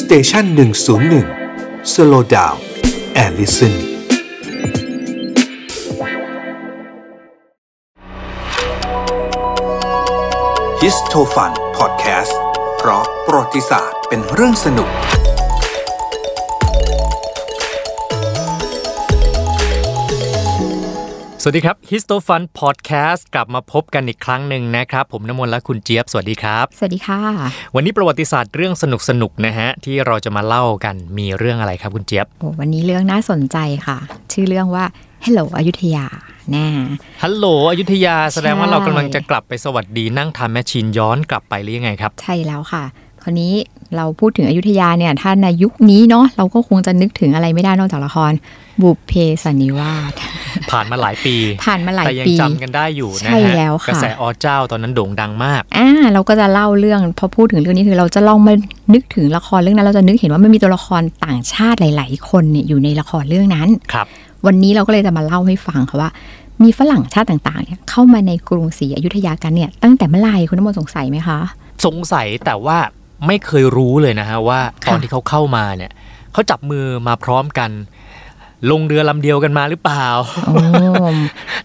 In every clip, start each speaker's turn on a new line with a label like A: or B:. A: สเตชันหนึ่งศูนย์หนึ่งสโลดาวแอลลิสัน ฮิสโทฟันพอดแคสต์เพราะประวัติศาสตร์เป็นเรื่องสนุก
B: สวัสดีครับ Histofun Podcast กลับมาพบกันอีกครั้งหนึ่งนะครับ ผมน้ำมนต์และคุณเจี๊ยบ สวัสดีครับ
C: สวัสดีค่ะ
B: วันนี้ประวัติศาสตร์เรื่องสนุกๆ นะฮะ ที่เราจะมาเล่ากันมีเรื่องอะไรครับคุณเจี๊ยบ
C: โอ้วันนี้เรื่องน่าสนใจค่ะ ชื่อเรื่องว่า Hello อยุธยาแน่
B: ฮัลโหลอยุธยา แสดงว่า
C: ใช่
B: เรากำลังจะกลับไปสวัสดีนั่งทำแมชชีนย้อนกลับไปหรือยังไงครับ
C: ใช่แล้วค่ะ คราวนี้เราพูดถึงอยุธยาเนี่ย ถ้าในยุคนี้เนาะเราก็คงจะนึกถึงอะไรไม่ได้นอกจากละคร บุพเพสันนิวาส
B: ผ่านมาหลายปี
C: ผ่านมาหลาย
B: แต่ยั
C: ปี
B: จำกันได้อยู่นะ
C: ใช่
B: ฮะ
C: แล้วค่ะ
B: กระแสอเจ้าตอนนั้นโด่งดังมาก
C: อ่าเราก็จะเล่าเรื่องพอพูดถึงเรื่องนี้คือเราจะลองมานึกถึงละครเรื่องนั้น เราจะนึกเห็นว่ามันมีตัวละครต่างชาติหลาย ๆ คนเนี่ยอยู่ในละครเรื่องนั้น
B: ครับ
C: วันนี้เราก็เลยจะมาเล่าให้ฟังค่ะว่า มีฝรั่งชาติต่างๆเนี่ยเข้ามาในกรุงศรีอยุธยากันเนี่ยตั้งแต่เมื่อไหร่คุณน้ำมนต์สงสัยไหมคะ
B: สงสัยแต่ว่าไม่เคยรู้เลยนะฮะว่า
C: ค่ะ
B: ตอนที่เขาเข้ามาเนี่ยเขาจับมือมาพร้อมกัน ลงเรือลำเดียวกันมาห รือเป ล่า
C: โอ้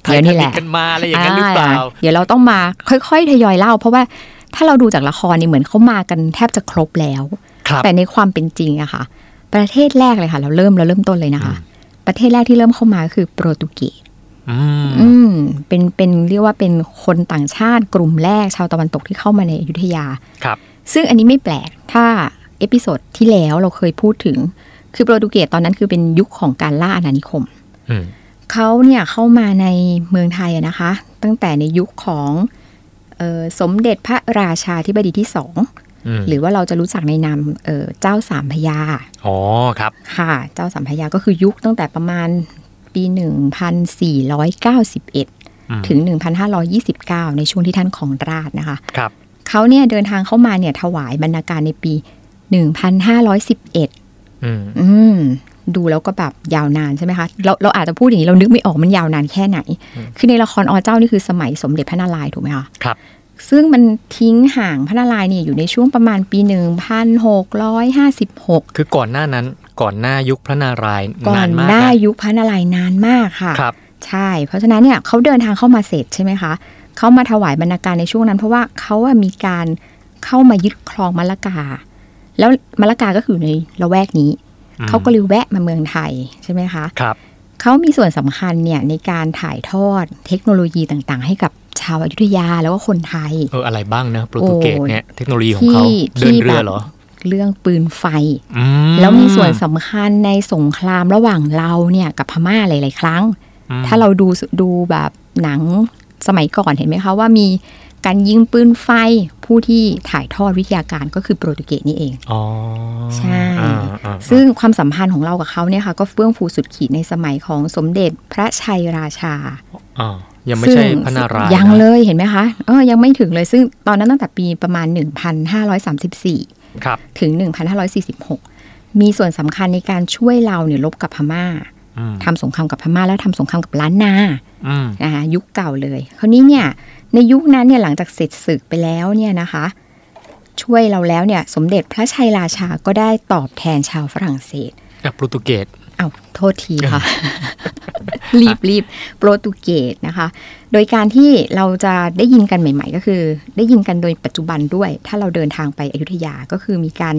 B: ไทยทา
C: เดี๋ยวนี่
B: นิ
C: แห
B: ก
C: ละ
B: กันมาอะไรอย่างนั้นหรือเปล่า
C: เดี๋ยวเราต้องมาค่อยๆทยอยเล่า เพราะว่าถ้าเราดูจากละครเนี่ยเหมือนเขามากันแทบจะครบแล้ว
B: ครับ
C: แต่ในความเป็นจริงอะค่ะ ประเทศแรกเลยค่ะ เราเริ่มเราเริ่มต้นเลยนะคะ ประเทศแรกที่เริ่มเข้ามาก็คือโปรตุเกส
B: อืม
C: อืมเป็นเป็นเรียกว่าเป็นคนต่างชาติกลุ่มแรกชาวตะวันตกที่เข้ามาในอยุธยา
B: ครับ
C: ซึ่งอันนี้ไม่แปลก ถ้าเอพิโซดที่แล้วเราเคยพูดถึง คือโปรตุเกสตอนนั้นคือเป็นยุคของการล่าอาณานิคม
B: อืม
C: เขาเนี่ยเข้ามาในเมืองไทยอะนะคะ ตั้งแต่ในยุคของเออสมเด็จพระราชาธิบดีที่สอง
B: อืม
C: หรือว่าเราจะรู้จักในนามเอ่อเจ้าสามพระยา
B: อ๋อครับ
C: ค่ะ เจ้าสัมพยาก็คือยุคตั้งแต่ประมาณปี
B: อืม
C: 1491 ถึง 1529 ในช่วงที่ท่านของราชย์นะคะ
B: ครับ
C: เขาเนี่ยเดินทางเข้ามาเนี่ยถวายบรรณาการในปี 1511
B: อืม
C: อืม ดูแล้วก็แบบยาวนานใช่ไหมคะ เราเราอาจจะพูดอย่างนี้ เรานึกไม่ออกมันยาวนานแค่ไหน คือในละครอเจ้านี่คือสมัยสมเด็จพระนารายณ์ถูกไหมคะ
B: ครับ
C: ซึ่งมันทิ้งห่างพระนารายณ์เนี่ยอยู่ในช่วงประมาณปี 1656
B: คือก่อนหน้านั้น ก่อนหน้ายุคพระนารายณ์
C: ก่อน
B: านนมาก
C: หน้า
B: นะ
C: ยุคพระนารายณ์นานมากค่ะ
B: ครับ
C: ใช่ เพราะฉะนั้นเนี่ยเขาเดินทางเข้ามาเสร็จใช่ไหมคะเขามาถวายบรรณาการในช่วงนั้น เพราะว่าเขาอะมีการเข้ามายึดครองมะละกา แล้วมะละกาก็คืออยู่ในละแวกนี้
B: อืม
C: เขาก็เลยแวะมาเมืองไทยใช่ไหมคะ
B: ครับ
C: เขามีส่วนสำคัญเนี่ยในการถ่ายทอดเทคโนโลยีต่างๆ ให้กับชาวอยุธยาแล้วก็คนไทย
B: เออ อะไรบ้างนะโปรตุเกสเนี่ย เทคโนโลยีของ
C: ที่
B: เขาเดิน
C: ที่
B: เรือ
C: แบบ
B: เหรอ
C: เรื่องปืนไฟ
B: อืม
C: แล้วมีส่วนสำคัญในสงครามระหว่างเราเนี่ยกับพม่าหลาย ๆ ครั้ง
B: อืม
C: ถ้าเราดูดูแบบหนังสมัยก่อนเห็นไหมคะว่ามีการยิงปืนไฟผู้ที่ถ่ายทอดวิทยาการก็คือโปรตุเกสนี่เอง
B: อ๋อ
C: ใช่
B: อ่าอ่า
C: ซึ่งความสัมพันธ์ของเรากับเขาเนี่ยค่ะก็เฟื่องฟูสุดขีดในสมัยของสมเด็จพระชัยราชา
B: อ่ายังไม่ใช่พระนารายณ์
C: ยัง
B: นะ
C: เลยเห็นไหมคะเออยังไม่ถึงเลยซึ่งตอนนั้นตั้งแต่ปีประมาณ 1534
B: ครับ
C: ถึง 1546 มีส่วนสำคัญในการช่วยเราเนี่ยลบกับพม่า
B: อืม
C: ทำสงครามกับพม่าแล้วทำสงครามกับล้านนา
B: อืม
C: นะคะยุคเก่าเลย คราวนี้เนี่ยในยุคนั้นเนี่ยหลังจากเสร็จศึกไปแล้วเนี่ยนะคะ ช่วยเราแล้วเนี่ยสมเด็จพระชัยราชาก็ได้ตอบแทนชาวฝรั่งเศส
B: อ่ะโปรตุเกส
C: เอา้าวโทษทีค่ะ รีบรีบโปรตุเกสนะคะ โดยการที่เราจะได้ยินกันใหม่ ๆ ก็คือ ได้ยินกันโดยปัจจุบันด้วย ถ้าเราเดินทางไปอยุธยาก็คือมีการ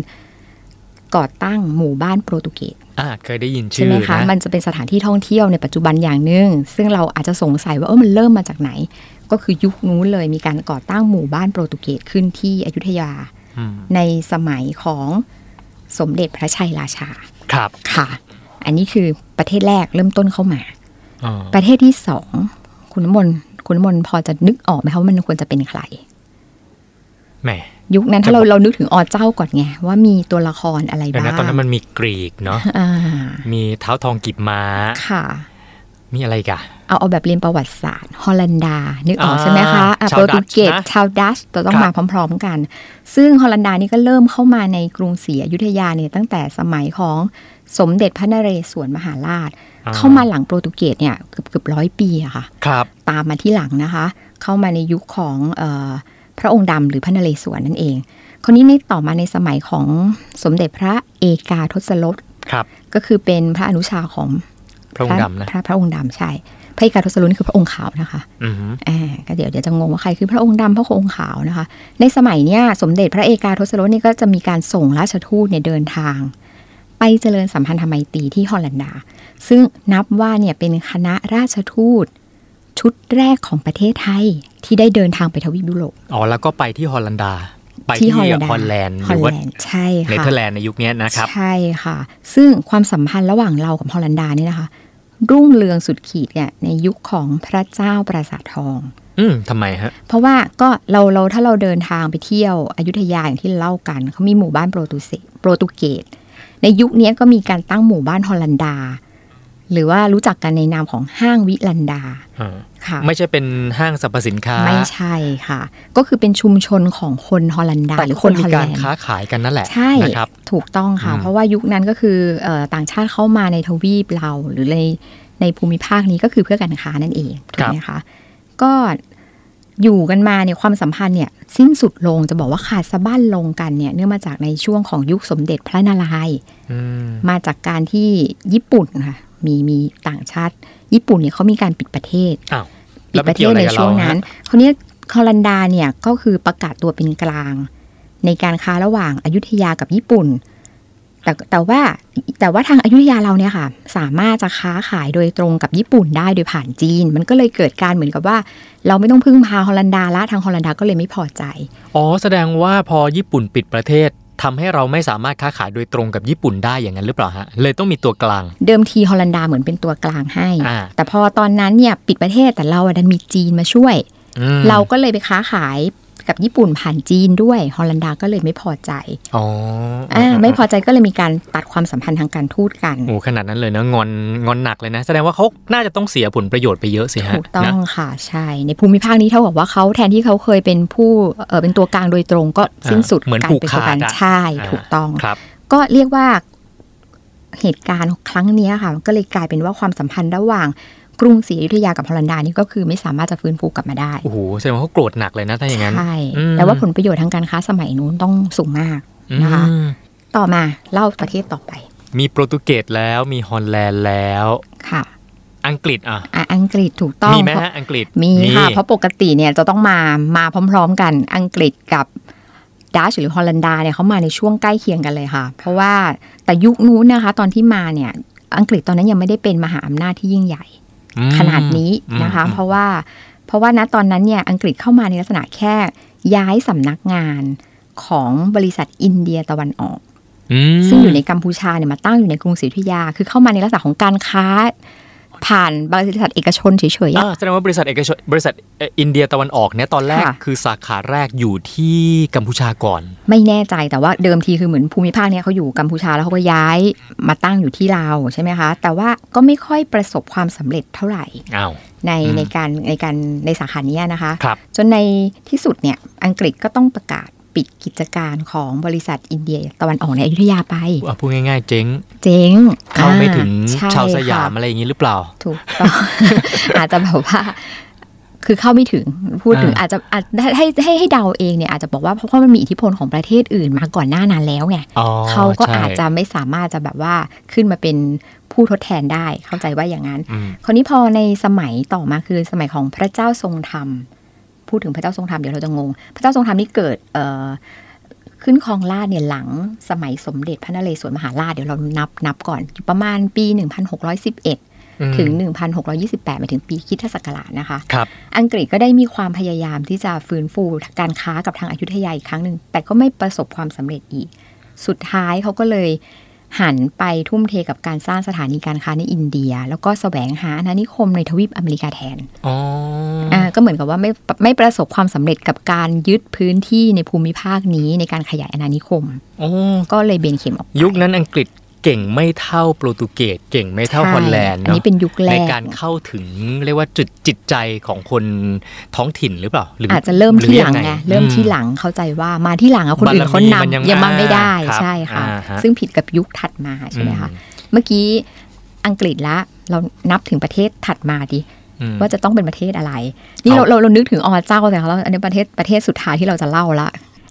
C: ก่อตั้งหมู่บ้านโปรตุเกส
B: อ่า เคยได้ยิน
C: ใช่
B: ชื่อ
C: ไหมคะ
B: นะ
C: มันจะเป็นสถานที่ท่องเที่ยวในปัจจุบันอย่างหนึ่งซึ่งเราอาจจะสงสัยว่าเออมันเริ่มมาจากไหน ก็คือยุคนู้นเลยมีการก่อตั้งหมู่บ้านโปรตุเกสขึ้นที่อยุธยา
B: อืม
C: ในสมัยของสมเด็จพระชัยราชา
B: ครับ
C: ค่ะ อันนี้คือประเทศแรกเริ่มต้นเข้ามา
B: อ่า
C: ประเทศที่สองคุณน้ำมนต์คุณน้ำมนต์พอจะนึกออกไหมคะว่ามันควรจะเป็นใคร
B: แหม
C: ยุคนั้นถ้า
B: จะบ
C: เรา
B: อก
C: เรานึกถึงอเจ้าก่อนไงว่ามีตัวละครอะไร
B: เดี๋ยว
C: บ้าง
B: นะตอนนั้นมันมีกรีกเนาะ
C: อ่า
B: มีเท้าทองกีบม้า
C: ค่ะ
B: มีอะไรอีกอะ
C: เอาเอาแบบเรียนประวัติศาสตร์ฮอลันดา นึกออก
B: อ่า
C: ใช่ไหมคะอ่ะ
B: ชาว
C: โปรตุเกส
B: ดัตช์นะ
C: ชาวดัชเราต้อง
B: ครับ
C: มาพร้อมๆกัน ซึ่งฮอลันดานี่ก็เริ่มเข้ามาในกรุงศรีอยุธยาเนี่ยตั้งแต่สมัยของสมเด็จพระนเรศวรมหาราช เข้ามาหลังโปรตุเกสเนี่ยเกือบเกือบร้อยปีอะค่ะ
B: ครับ
C: ตามมาที่หลังนะคะ เข้ามาในยุคของเออพระองค์ดำหรือพระนเรศวรนั่นเอง คราวนี้ในต่อมาในสมัยของสมเด็จพระเอกาทศรส
B: ครับ
C: ก็คือเป็นพระอนุชาของ
B: พระองค์ดำนะ
C: พระพระองค์ดำใช่ พระเอกาทศรสนี่คือพระองค์ขาวนะคะ
B: อือหือ
C: อ่าก็เดี๋ยวเดี๋ยวจะงงว่าใครคือพระองค์ดำพระองค์ขาวนะคะ ในสมัยเนี้ยสมเด็จพระเอกาทศรสนี่ก็จะมีการส่งราชทูตเนี่ยเดินทาง ไปเจริญสัมพันธไมตรีที่ฮอลันดา ซึ่งนับว่าเนี่ยเป็นคณะราชทูต ชุดแรกของประเทศไทยที่ได้เดินทางไปทวีปยุโรป
B: อ๋อแล้วก็ไปที่ฮอลันดา ไปที่
C: ที่ฮอลันดา
B: ฮอลแลนด์ห
C: ฮอล
B: รือ
C: แล
B: ว่าน
C: ด์ใช่
B: เน
C: ค่ะ
B: เธอร์แลนด์ในยุคเนี้ยนะครับ
C: ใช่ค่ะ ซึ่งความสัมพันธ์ระหว่างเรากับฮอลันดาเนี่ยนะคะ รุ่งเรืองสุดขีดเนี่ยในยุคของพระเจ้าปราสาททอง
B: อืมทำไมฮะ
C: เพราะว่าก็เราเราถ้าเราเดินทางไปเที่ยวอยุธยาอย่างที่เล่ากัน เขามีหมู่บ้านโปรตุเสโปรตุเกสในยุคนี้ก็มีการตั้งหมู่บ้านฮอลันดา หรือว่ารู้จักกันในนามของห้างวิลันดา
B: อ่า
C: ค่ะ
B: ไม่ใช่เป็นห้างสรรพสินค้า
C: ไม่ใช่ค่ะ ก็คือเป็นชุมชนของคนฮอลันดา
B: แต่
C: หรือ
B: ค
C: คน นฮ
B: มี
C: อลแล
B: การ
C: นด์
B: ค้าขายกันนั่นแหละ
C: ใช่
B: นะครับ
C: ถูกต้องค่ะ
B: อืม
C: เพราะว่ายุคนั้นก็คือเอ่อต่างชาติเข้ามาในทวีปเราหรือในในภูมิภาคนี้ก็คือเพื่อการค้านั่นเองถูกไหมคะก็อยู่กันมาเนี่ยความสัมพันธ์เนี่ยสิ้นสุดลงจะบอกว่าขาดสะบั้นลงกันเนี่ยเนื่องมาจากในช่วงของยุคสมเด็จพระนารายณ์
B: อืม
C: มาจากการที่ญี่ปุ่นค่ะมีมีต่างชาติ ญี่ปุ่นเนี่ยเขามีการปิดประเทศ
B: อ้าว
C: ปิดประเทศในช่วงนั้นคราวนี้ฮอลันดาเนี่ยก็คือประกาศตัวเป็นกลาง ในการค้าระหว่างอายุทยากับญี่ปุ่น แต่แต่ว่าแต่ว่าทางอายุทยาเราเนี่ยค่ะ สามารถจะค้าขายโดยตรงกับญี่ปุ่นได้โดยผ่านจีน มันก็เลยเกิดการเหมือนกับว่า เราไม่ต้องพึ่งพาฮอลันดาละทางฮอลันดาก็เลยไม่พอใจ
B: อ๋อแสดงว่าพอญี่ปุ่นปิดประเทศทำให้เราไม่สามารถค้าขายโดยตรงกับญี่ปุ่นได้อย่างนั้นหรือเปล่าฮะ เลยต้องมีตัวกลาง
C: เดิมทีฮอลันดาเหมือนเป็นตัวกลางให้
B: อ่า
C: แต่พอตอนนั้นเนี่ยปิดประเทศแต่เราอะดันมีจีนมาช่วย
B: อืม
C: เราก็เลยไปค้าขายกับญี่ปุ่นผ่านจีนด้วยฮอลันดาก็เลยไม่พอใจ
B: อ๋ออ
C: อ่าไม่พอใจก็เลยมีการตัดความสัมพันธ์ทางการทูตกัน
B: โอ้ขนาดนั้นเลยนะงอนงอนหนักเลยนะ แสดงว่าเขาน่าจะต้องเสียผลประโยชน์ไปเยอะสิฮะ
C: ถูกต้อ
B: นะ
C: งค่ะใช่ ในภูมิภาคนี้เท่ากับว่าเขาแทนที่เขาเคยเป็นผู้เออเป็นตัวกลางโดยตรงก็สิ้นสุด
B: เหมือน
C: การ
B: ผูก
C: เป็นตัว
B: ขาก
C: ลา
B: ด
C: ง
B: อะ
C: ใช่ถูกต้อง
B: ครับ
C: ก็เรียกว่าเหตุการณ์ครั้งเนี้ยค่ะมันก็เลยกลายเป็นว่าความสัมพันธ์ระหว่างกรุงศรีอยุธยากับฮอลันดานี่ก็คือไม่สามารถจะฟื้นฟูกลับมาได้
B: โอ้โหแสดงว่าเขาโกรธหนักเลยนะถ้าอย่างนั้น
C: ใช่
B: อืม
C: แต่ว่าผลประโยชน์ทางการค้าสมัยนู้นต้องสูงมาก นะคะ
B: อืม
C: ต่อมาเล่าประเทศต่อไป
B: มีโปรตุเกสแล้วมีฮอลแลนด์แล้ว
C: ค่ะ
B: อังกฤษอ่ะ
C: อ่ะอังกฤษถูกต้อง
B: มีไหมฮะอังกฤษ
C: มีค่ะ เพราะปกติเนี่ยจะต้องมามาพร้อม ๆ กันอังกฤษกับดัชหรือฮอลันดาเนี่ยเขามาในช่วงใกล้เคียงกันเลยค่ะ เพราะว่าแต่ยุคนู้นนะคะ ตอนที่มาเนี่ยอังกฤษตอนนั้นยังไม่ได้เป็นมหาอำนาจที่ยิ่งใหญ่
B: อืม
C: ขนาดนี้นะคะ
B: อืม
C: เพราะว่าเพราะว่าณตอนนั้นเนี่ยอังกฤษเข้ามาในลักษณะแค่ย้ายสำนักงานของบริษัทอินเดียตะวันออก
B: ม
C: ซึ่งอยู่ในกัมพูชาเนี่ยมาตั้งอยู่ในกรุงศรีอยุธยา คือเข้ามาในลักษณะของการค้า ผ่านบริษัทเอกชนเฉยๆอะ
B: อ่าแสดงว่าบริษัทเอกชนบริษัทเอ่ออินเดียตะวันออกเนี่ยตอนแรก
C: ค่ะ
B: คือสาขาแรกอยู่ที่กัมพูชาก่อน
C: ไม่แน่ใจแต่ว่าเดิมทีคือเหมือนภูมิภาคเนี้ยเขาอยู่กัมพูชาแล้วเขาก็ย้ายมาตั้งอยู่ที่ลาวใช่ไหมคะ แต่ว่าก็ไม่ค่อยประสบความสำเร็จเท่าไหร่
B: อ้าว
C: ใน
B: อืม
C: ในการในการในสาขาเนี้ยนะคะ
B: ครับ
C: จนในที่สุดเนี่ยอังกฤษก็ต้องประกาศปิดกิจการของบริษัทอินเดียตะวันออกในอยุธยาไป
B: อ่ะพูดง่ายๆเจ๊ง
C: เจ๊ง
B: เข้าไม่ถึง
C: อ่ใ
B: ชาวสยาม
C: ค่ะ
B: อะไรอย่างนี้หรือเปล่า
C: ถูกต้อง อาจจะแบบว่า คือเข้าไม่ถึงพูดถึง
B: อ่า
C: อาจจะอาจให้ให้ให้เดาเองเนี่ยอาจจะบอกว่าเพราะว่ามันมีอิทธิพลของประเทศอื่นมาก่อนหน้านานแล้วไง
B: อ๋อ
C: เขาก็
B: ใช่
C: อาจจะไม่สามารถจะแบบว่าขึ้นมาเป็นผู้ทดแทนได้เข้าใจว่าอย่างนั้น
B: อืม
C: คราวนี้พอในสมัยต่อมาคือสมัยของพระเจ้าทรงธรรม พูดถึงพระเจ้าทรงธรรมเดี๋ยวเราจะงง พระเจ้าทรงธรรมนี่เกิดเอ่อขึ้นครองราชย์เนี่ยหลังสมัยสมเด็จพระนเรศวรมหาราชเดี๋ยวเรานับนับก่อนอยู่ประมาณปี 1611
B: อืม
C: ถึง 1628หมายถึงปีคริดศักราชนะคะ
B: ครับ
C: อังกฤษก็ได้มีความพยายามที่จะฟื้นฟูการค้ากับทางอายุทยาอีกครั้งหนึ่ง แต่ก็ไม่ประสบความสำเร็จอีก สุดท้ายเขาก็เลยหันไปทุ่มเทกับการสร้างสถานีการค้าในอินเดีย แล้วก็แสวงหาอาณานิคมในทวีปอเมริกาแทน
B: อ๋ออ
C: อ่าก็เหมือนกับว่าไม่ไม่ประสบความสำเร็จกับการยึดพื้นที่ในภูมิภาคนี้ในการขยายอาณานิคม
B: โอ้
C: ก็เลยเบนเข็มออก
B: ยุคนั้นอังกฤษเก่งไม่เท่าโปรตุเกสเก่งไม่เท่าฮอลแลนด์
C: ใช่อัน
B: เนาะ
C: นี้เป็นยุคแร
B: ใน
C: ก
B: การเข้าถึงเรียกว่าจุดจิตใจของคนท้องถิ่นหรือเปล่าหรือ
C: อาจจะเริ่ม
B: ห
C: ที่หลัง
B: ยั
C: ไง
B: ไ
C: เริ่มที่
B: อื
C: หลังเข้าใจว่ามาที่หลังอะคนอื่นเขา
B: บารมีมันยัง
C: นำยังมาไม่ได้
B: อ่าครับ
C: ใช่ค่ะ
B: อ่าฮะ
C: ซึ่งผิดกับยุคถัดมาใช่ไหมคะเมื่อกี้อังกฤษละเรานับถึงประเทศถัดมาดิ
B: อืม
C: ว่าจะต้องเป็นประเทศอะไร นี่เรา
B: เอา
C: เราเรานึกถึงอเจ้าแต่เราอันนี้ประเทศประเทศสุดท้ายที่เราจะเล่าละ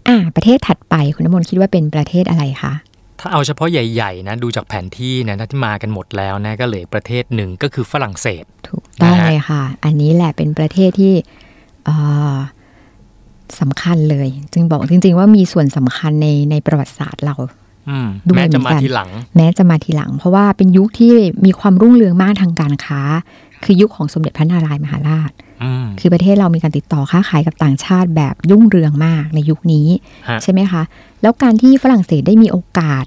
C: อ่าประเทศถัดไปคุณน้ำมนต์คิดว่าเป็นประเทศอะไรคะ
B: ถ้าเอาเฉพาะใหญ่ๆนะดูจากแผนที่นะที่มากันหมดแล้วนะก็เหลือประเทศหนึ่งก็คือฝรั่งเศส
C: ถูกต้อง
B: นะฮะ
C: เลยค่ะ อันนี้แหละเป็นประเทศที่เอ่อสำคัญเลย จึงบอกจริง ๆ ว่ามีส่วนสำคัญในในประวัติศาสตร์เรา
B: อืม
C: ดูเหมื
B: แม้
C: อนกัน
B: จะมาทีหลัง
C: แม้จะมาทีหลัง เพราะว่าเป็นยุคที่มีความรุ่งเรืองมากทางการค้า คือยุคของสมเด็จพระนารายณ์มหาราช
B: อืม
C: คือประเทศเรามีการติดต่อค้าขายกับต่างชาติแบบยุ่งเรืองมากในยุคนี้
B: ฮะ
C: ใช่ไหมคะ แล้วการที่ฝรั่งเศสได้มีโอกาส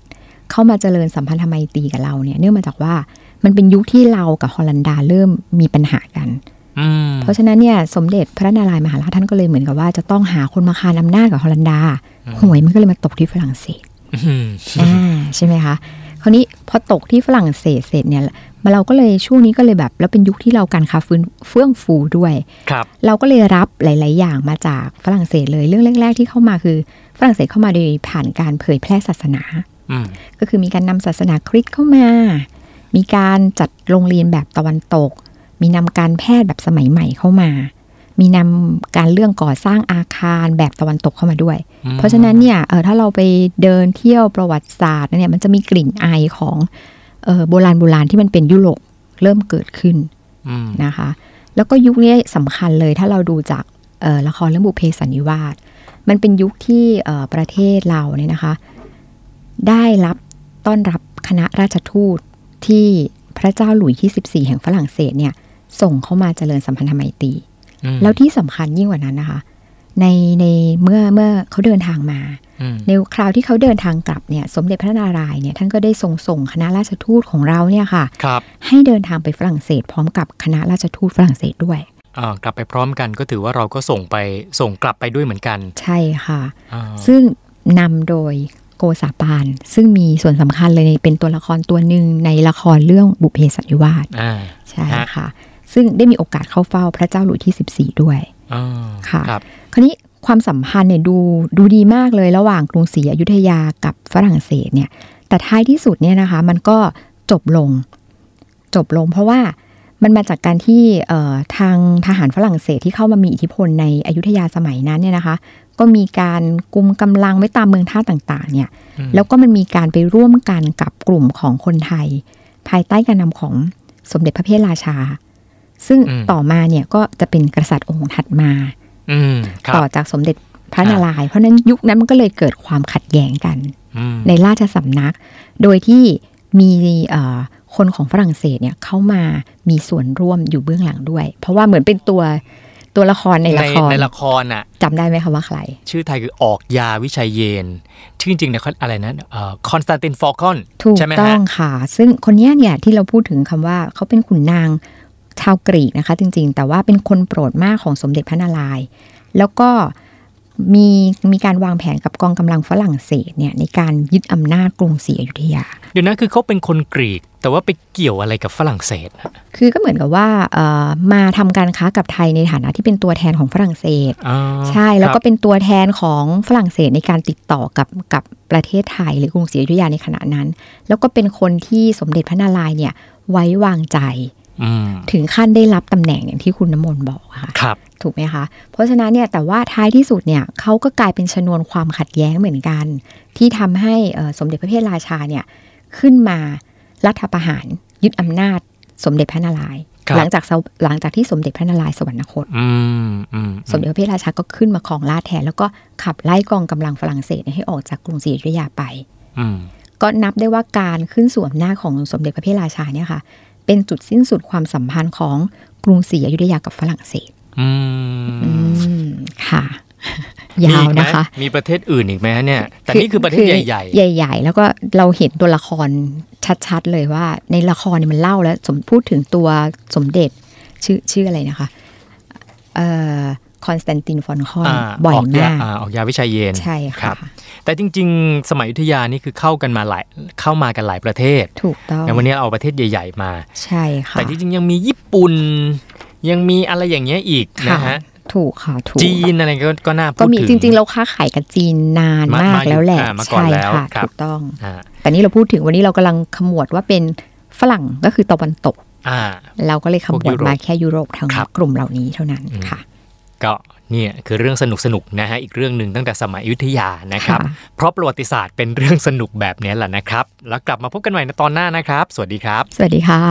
C: เข้ามาเจริญสัมพันธไมตรีกับเราเนี่ยเนื่องมาจากว่ามันเป็นยุคที่เรากับฮอลันดาเริ่มมีปัญหากัน
B: อืม
C: เพราะฉะนั้นเนี่ยสมเด็จพระนารายณ์มหาราชท่านก็เลยเหมือนกับว่าจะต้องหาคนมาคานอำนาจกับฮอลันดาหวยมันก็เลยมาตกที่ฝรั่งเศส
B: อืม
C: อ่าใช่ไหมคะ คราวนี้พอตกที่ฝรั่งเศสเสร็จเนี่ยมาเราก็เลยช่วงนี้ก็เลยแบบ แล้วเป็นยุคที่เราการค้าฟื้นเฟื่องฟูด้วย
B: ครับ
C: เราก็เลยรับหลาย ๆ อย่างมาจากฝรั่งเศสเลยเรื่องแรก ๆ ที่เข้ามาคือฝรั่งเศสเข้ามาโดยผ่านการเผยแพร่ศาสนา
B: อืม
C: ก็คือมีการนำศาสนาคริสต์เข้ามา มีการจัดโรงเรียนแบบตะวันตก มีนำการแพทย์แบบสมัยใหม่เข้ามา มีนำการเรื่องก่อสร้างอาคารแบบตะวันตกเข้ามาด้วย
B: อืม
C: เพราะฉะนั้นเนี่ยเอ่อถ้าเราไปเดินเที่ยวประวัติศาสตร์เนี่ยมันจะมีกลิ่นอายของเอ่อโบราณโบราณที่มันเป็นยุโรปเริ่มเกิดขึ้น
B: อืม
C: นะคะ แล้วก็ยุคนี้สำคัญเลยถ้าเราดูจากเอ่อละครเรื่องบุพเพสันนิวาสมันเป็นยุคที่เอ่อประเทศเราเนี่ยนะคะ ได้รับต้อนรับคณะราชทูตที่พระเจ้าหลุยส์ที่14 แห่งฝรั่งเศสเนี่ยส่งเข้ามาเจริญสัมพันธไมตรี
B: อืม
C: แล้วที่สำคัญยิ่งกว่านั้นนะคะ ในในเมื่อเมื่อเขาเดินทางมา
B: อืม
C: ในคราวที่เขาเดินทางกลับเนี่ยสมเด็จพระนารายณ์เนี่ยท่านก็ได้ทรงส่งคณะราชทูตของเราเนี่ยค่ะ
B: ครับ
C: ให้เดินทางไปฝรั่งเศส พร้อมกับคณะราชทูตฝรั่งเศสด้วย
B: อ่ากลับไปพร้อมกันก็ถือว่าเราก็ส่งไปส่งกลับไปด้วยเหมือนกัน
C: ใช่ค่ะ
B: อ่า
C: ซึ่งนำโดยโกซาปาน ซึ่งมีส่วนสำคัญเลยในเป็นตัวละครตัวหนึ่งในละครเรื่องบุพเพสันนิวาส
B: อ่า
C: ใช่
B: ฮะ
C: ค่ะ ซึ่งได้มีโอกาสเข้าเฝ้าพระเจ้าหลุยส์ที่ 14 ด้วย
B: อ่า
C: ค่ะ
B: ครับ
C: คราวนี้ความสัมพันธ์เนี่ยดูดูดีมากเลยระหว่างกรุงศรีอยุธยากับฝรั่งเศสเนี่ย แต่ท้ายที่สุดเนี่ยนะคะ มันก็จบลง จบลงเพราะว่ามันมาจากการที่เอ่อทางทหารฝรั่งเศสที่เข้ามามีอิทธิพลในอยุธยาสมัยนั้นเนี่ยนะคะ ก็มีการกุมกำลังไว้ตามเมืองท่าต่างๆ เนี่ย
B: อืม
C: แล้วก็มันมีการไปร่วมกันกับกลุ่มของคนไทย ภายใต้การนำของสมเด็จพระเพทราชา ซึ่งต่อมาเนี่ยก็จะเป็นกษัตริย์องค์ถัดมา
B: อืมครั
C: ต่อบจากสมเด็จพระนารายณ์เพราะฉะนั้นยุคนั้นมันก็เลยเกิดความขัดแย้งกัน
B: อืม
C: ในราชสำนัก โดยที่มีเอ่อคนของฝรั่งเศสเนี่ยเข้ามามีส่วนร่วมอยู่เบื้องหลังด้วย เพราะว่าเหมือนเป็นตัวตัวละครในละคร
B: ในละครอ่ะ
C: จำได้ไหมคะว่าใคร
B: ชื่อไทยคือออกยาวิชัยเยน ชื่อจริงๆเนี่ยเขาอะไรนะคอนสแตนตินฟอลคอน
C: ถูก
B: ใช่ไหม
C: ต้อ
B: ฮะ
C: งค่ะ ซึ่งคนเนี้ยเนี่ยที่เราพูดถึงคำว่าเขาเป็นขุนนางชาวกรีกนะคะ จริงๆ แต่ว่าเป็นคนโปรดมากของสมเด็จพระนารายณ์แล้วก็มีมีการวางแผนกับกองกำลังฝรั่งเศสเนี่ยในการยึดอำนาจกรุงศรีอยุธยา
B: เดี๋ยวนะคือเขาเป็นคนกรีก แต่ว่าไปเกี่ยวอะไรกับฝรั่งเศสนะ
C: คือก็เหมือนกับว่าเอ่อมาทำการค้ากับไทยในฐานะที่เป็นตัวแทนของฝรั่งเศส
B: อ่า
C: ใช่แล้วก็
B: ครับ
C: เป็นตัวแทนของฝรั่งเศสในการติดต่อกับกับประเทศไทยหรือกรุงศรีอยุธยาในขณะนั้น แล้วก็เป็นคนที่สมเด็จพระนารายณ์เนี่ยไว้วางใจ
B: อืม
C: ถึงขั้นได้รับตำแหน่งอย่างที่คุณน้ำมนต์บอกอะค่ะ
B: ครับ
C: ถูกไหมคะ เพราะฉะนั้นเนี่ยแต่ว่าท้ายที่สุดเนี่ยเขาก็กลายเป็นชนวนความขัดแย้งเหมือนกัน ที่ทำให้เอ่อสมเด็จพระเพทราชาเนี่ยขึ้นมารัฐประหารยึดอำนาจสมเด็จพระนารายณ์
B: ครับ
C: หลังจากเสาหลังจากที่สมเด็จพระนารายณ์สวรรคต
B: อืมอืม
C: สมเด็จพระเพทราชาก็ขึ้นมาครองราชย์แทนแล้วก็ขับไล่กองกำลังฝรั่งเศสเนี่ยให้ออกจากกรุงศรีอยุธยาไป
B: อืม
C: ก็นับได้ว่าการขึ้นสู่อำนาจของสมเด็จพระเพทราชาเนี่ยค่ะเป็นจุดสิ้นสุดความสัมพันธ์ของกรุงศรีอยุธยากับฝรั่งเศส
B: อื
C: อื
B: ม
C: มค่ะ
B: มี
C: ยาว
B: อีกไหม
C: นะคะ
B: มีประเทศอื่นอีกไหมฮะเนี่ย แต่นี่คือประเทศใหญ่
C: ใหญ่ ๆ แล้วก็เราเห็นตัวละครชัดๆ เลยว่าในละครเนี่ยมันเล่าแล้ว สมพูดถึงตัวสมเด็จชื่อชื่ออะไรนะคะเอ่อคอนสแตนตินฟอนคอน
B: อ่า
C: บ่อย
B: ออกยาม
C: าก
B: อ่าออกยาวิชัยเยน
C: ใช่
B: ครั
C: ค่ะ
B: บ แต่จริง ๆ สมัยอยุธยานี่คือเข้ากันมาหลายเข้ามากันหลายประเทศ
C: ถูกต้อง
B: อย่างวันนี้เราเอาประเทศใหญ่ ๆ มา
C: ใช่ค่ะ
B: แต่จริงๆยังมีญี่ปุ่น ยังมีอะไรอย่างเงี้ยอีกนะ
C: ค่
B: ฮะ
C: ถูกค่ะถูก
B: จีนอะไรก็ก็น่าพูด
C: ก็มี
B: ถึง
C: จริง ๆ เราค้าขายกับจีนนาน
B: มาม
C: าก
B: มาอยู่
C: แล้วแหละ
B: อ่ามาก่อน
C: ใช่
B: แล้ว
C: ค่ะ
B: ครับ
C: ถูกต้อง
B: อ่า
C: แต่นี่เราพูดถึงวันนี้เรากำลังขมวดว่าเป็นฝรั่งก็คือตะวันตก
B: อ่า
C: เราก็เลยขม
B: พวกยุ
C: วด
B: โรป
C: มาแค่ยุโรปทั้ง
B: ครับ
C: กลุ่มเหล่านี้เท่านั้น
B: อืม
C: ค่ะ
B: ก็เนี่ยคือเรื่องสนุกสนุกๆนะฮะอีกเรื่องหนึ่งตั้งแต่สมัยอยุธยานะครับ
C: ค่ะ
B: เพราะประวัติศาสตร์เป็นเรื่องสนุกแบบเนี้ยแหละนะครับ แล้วกลับมาพบกันใหม่ในตอนหน้านะครับ สวัสดีครับ
C: สวัสดีค่ะ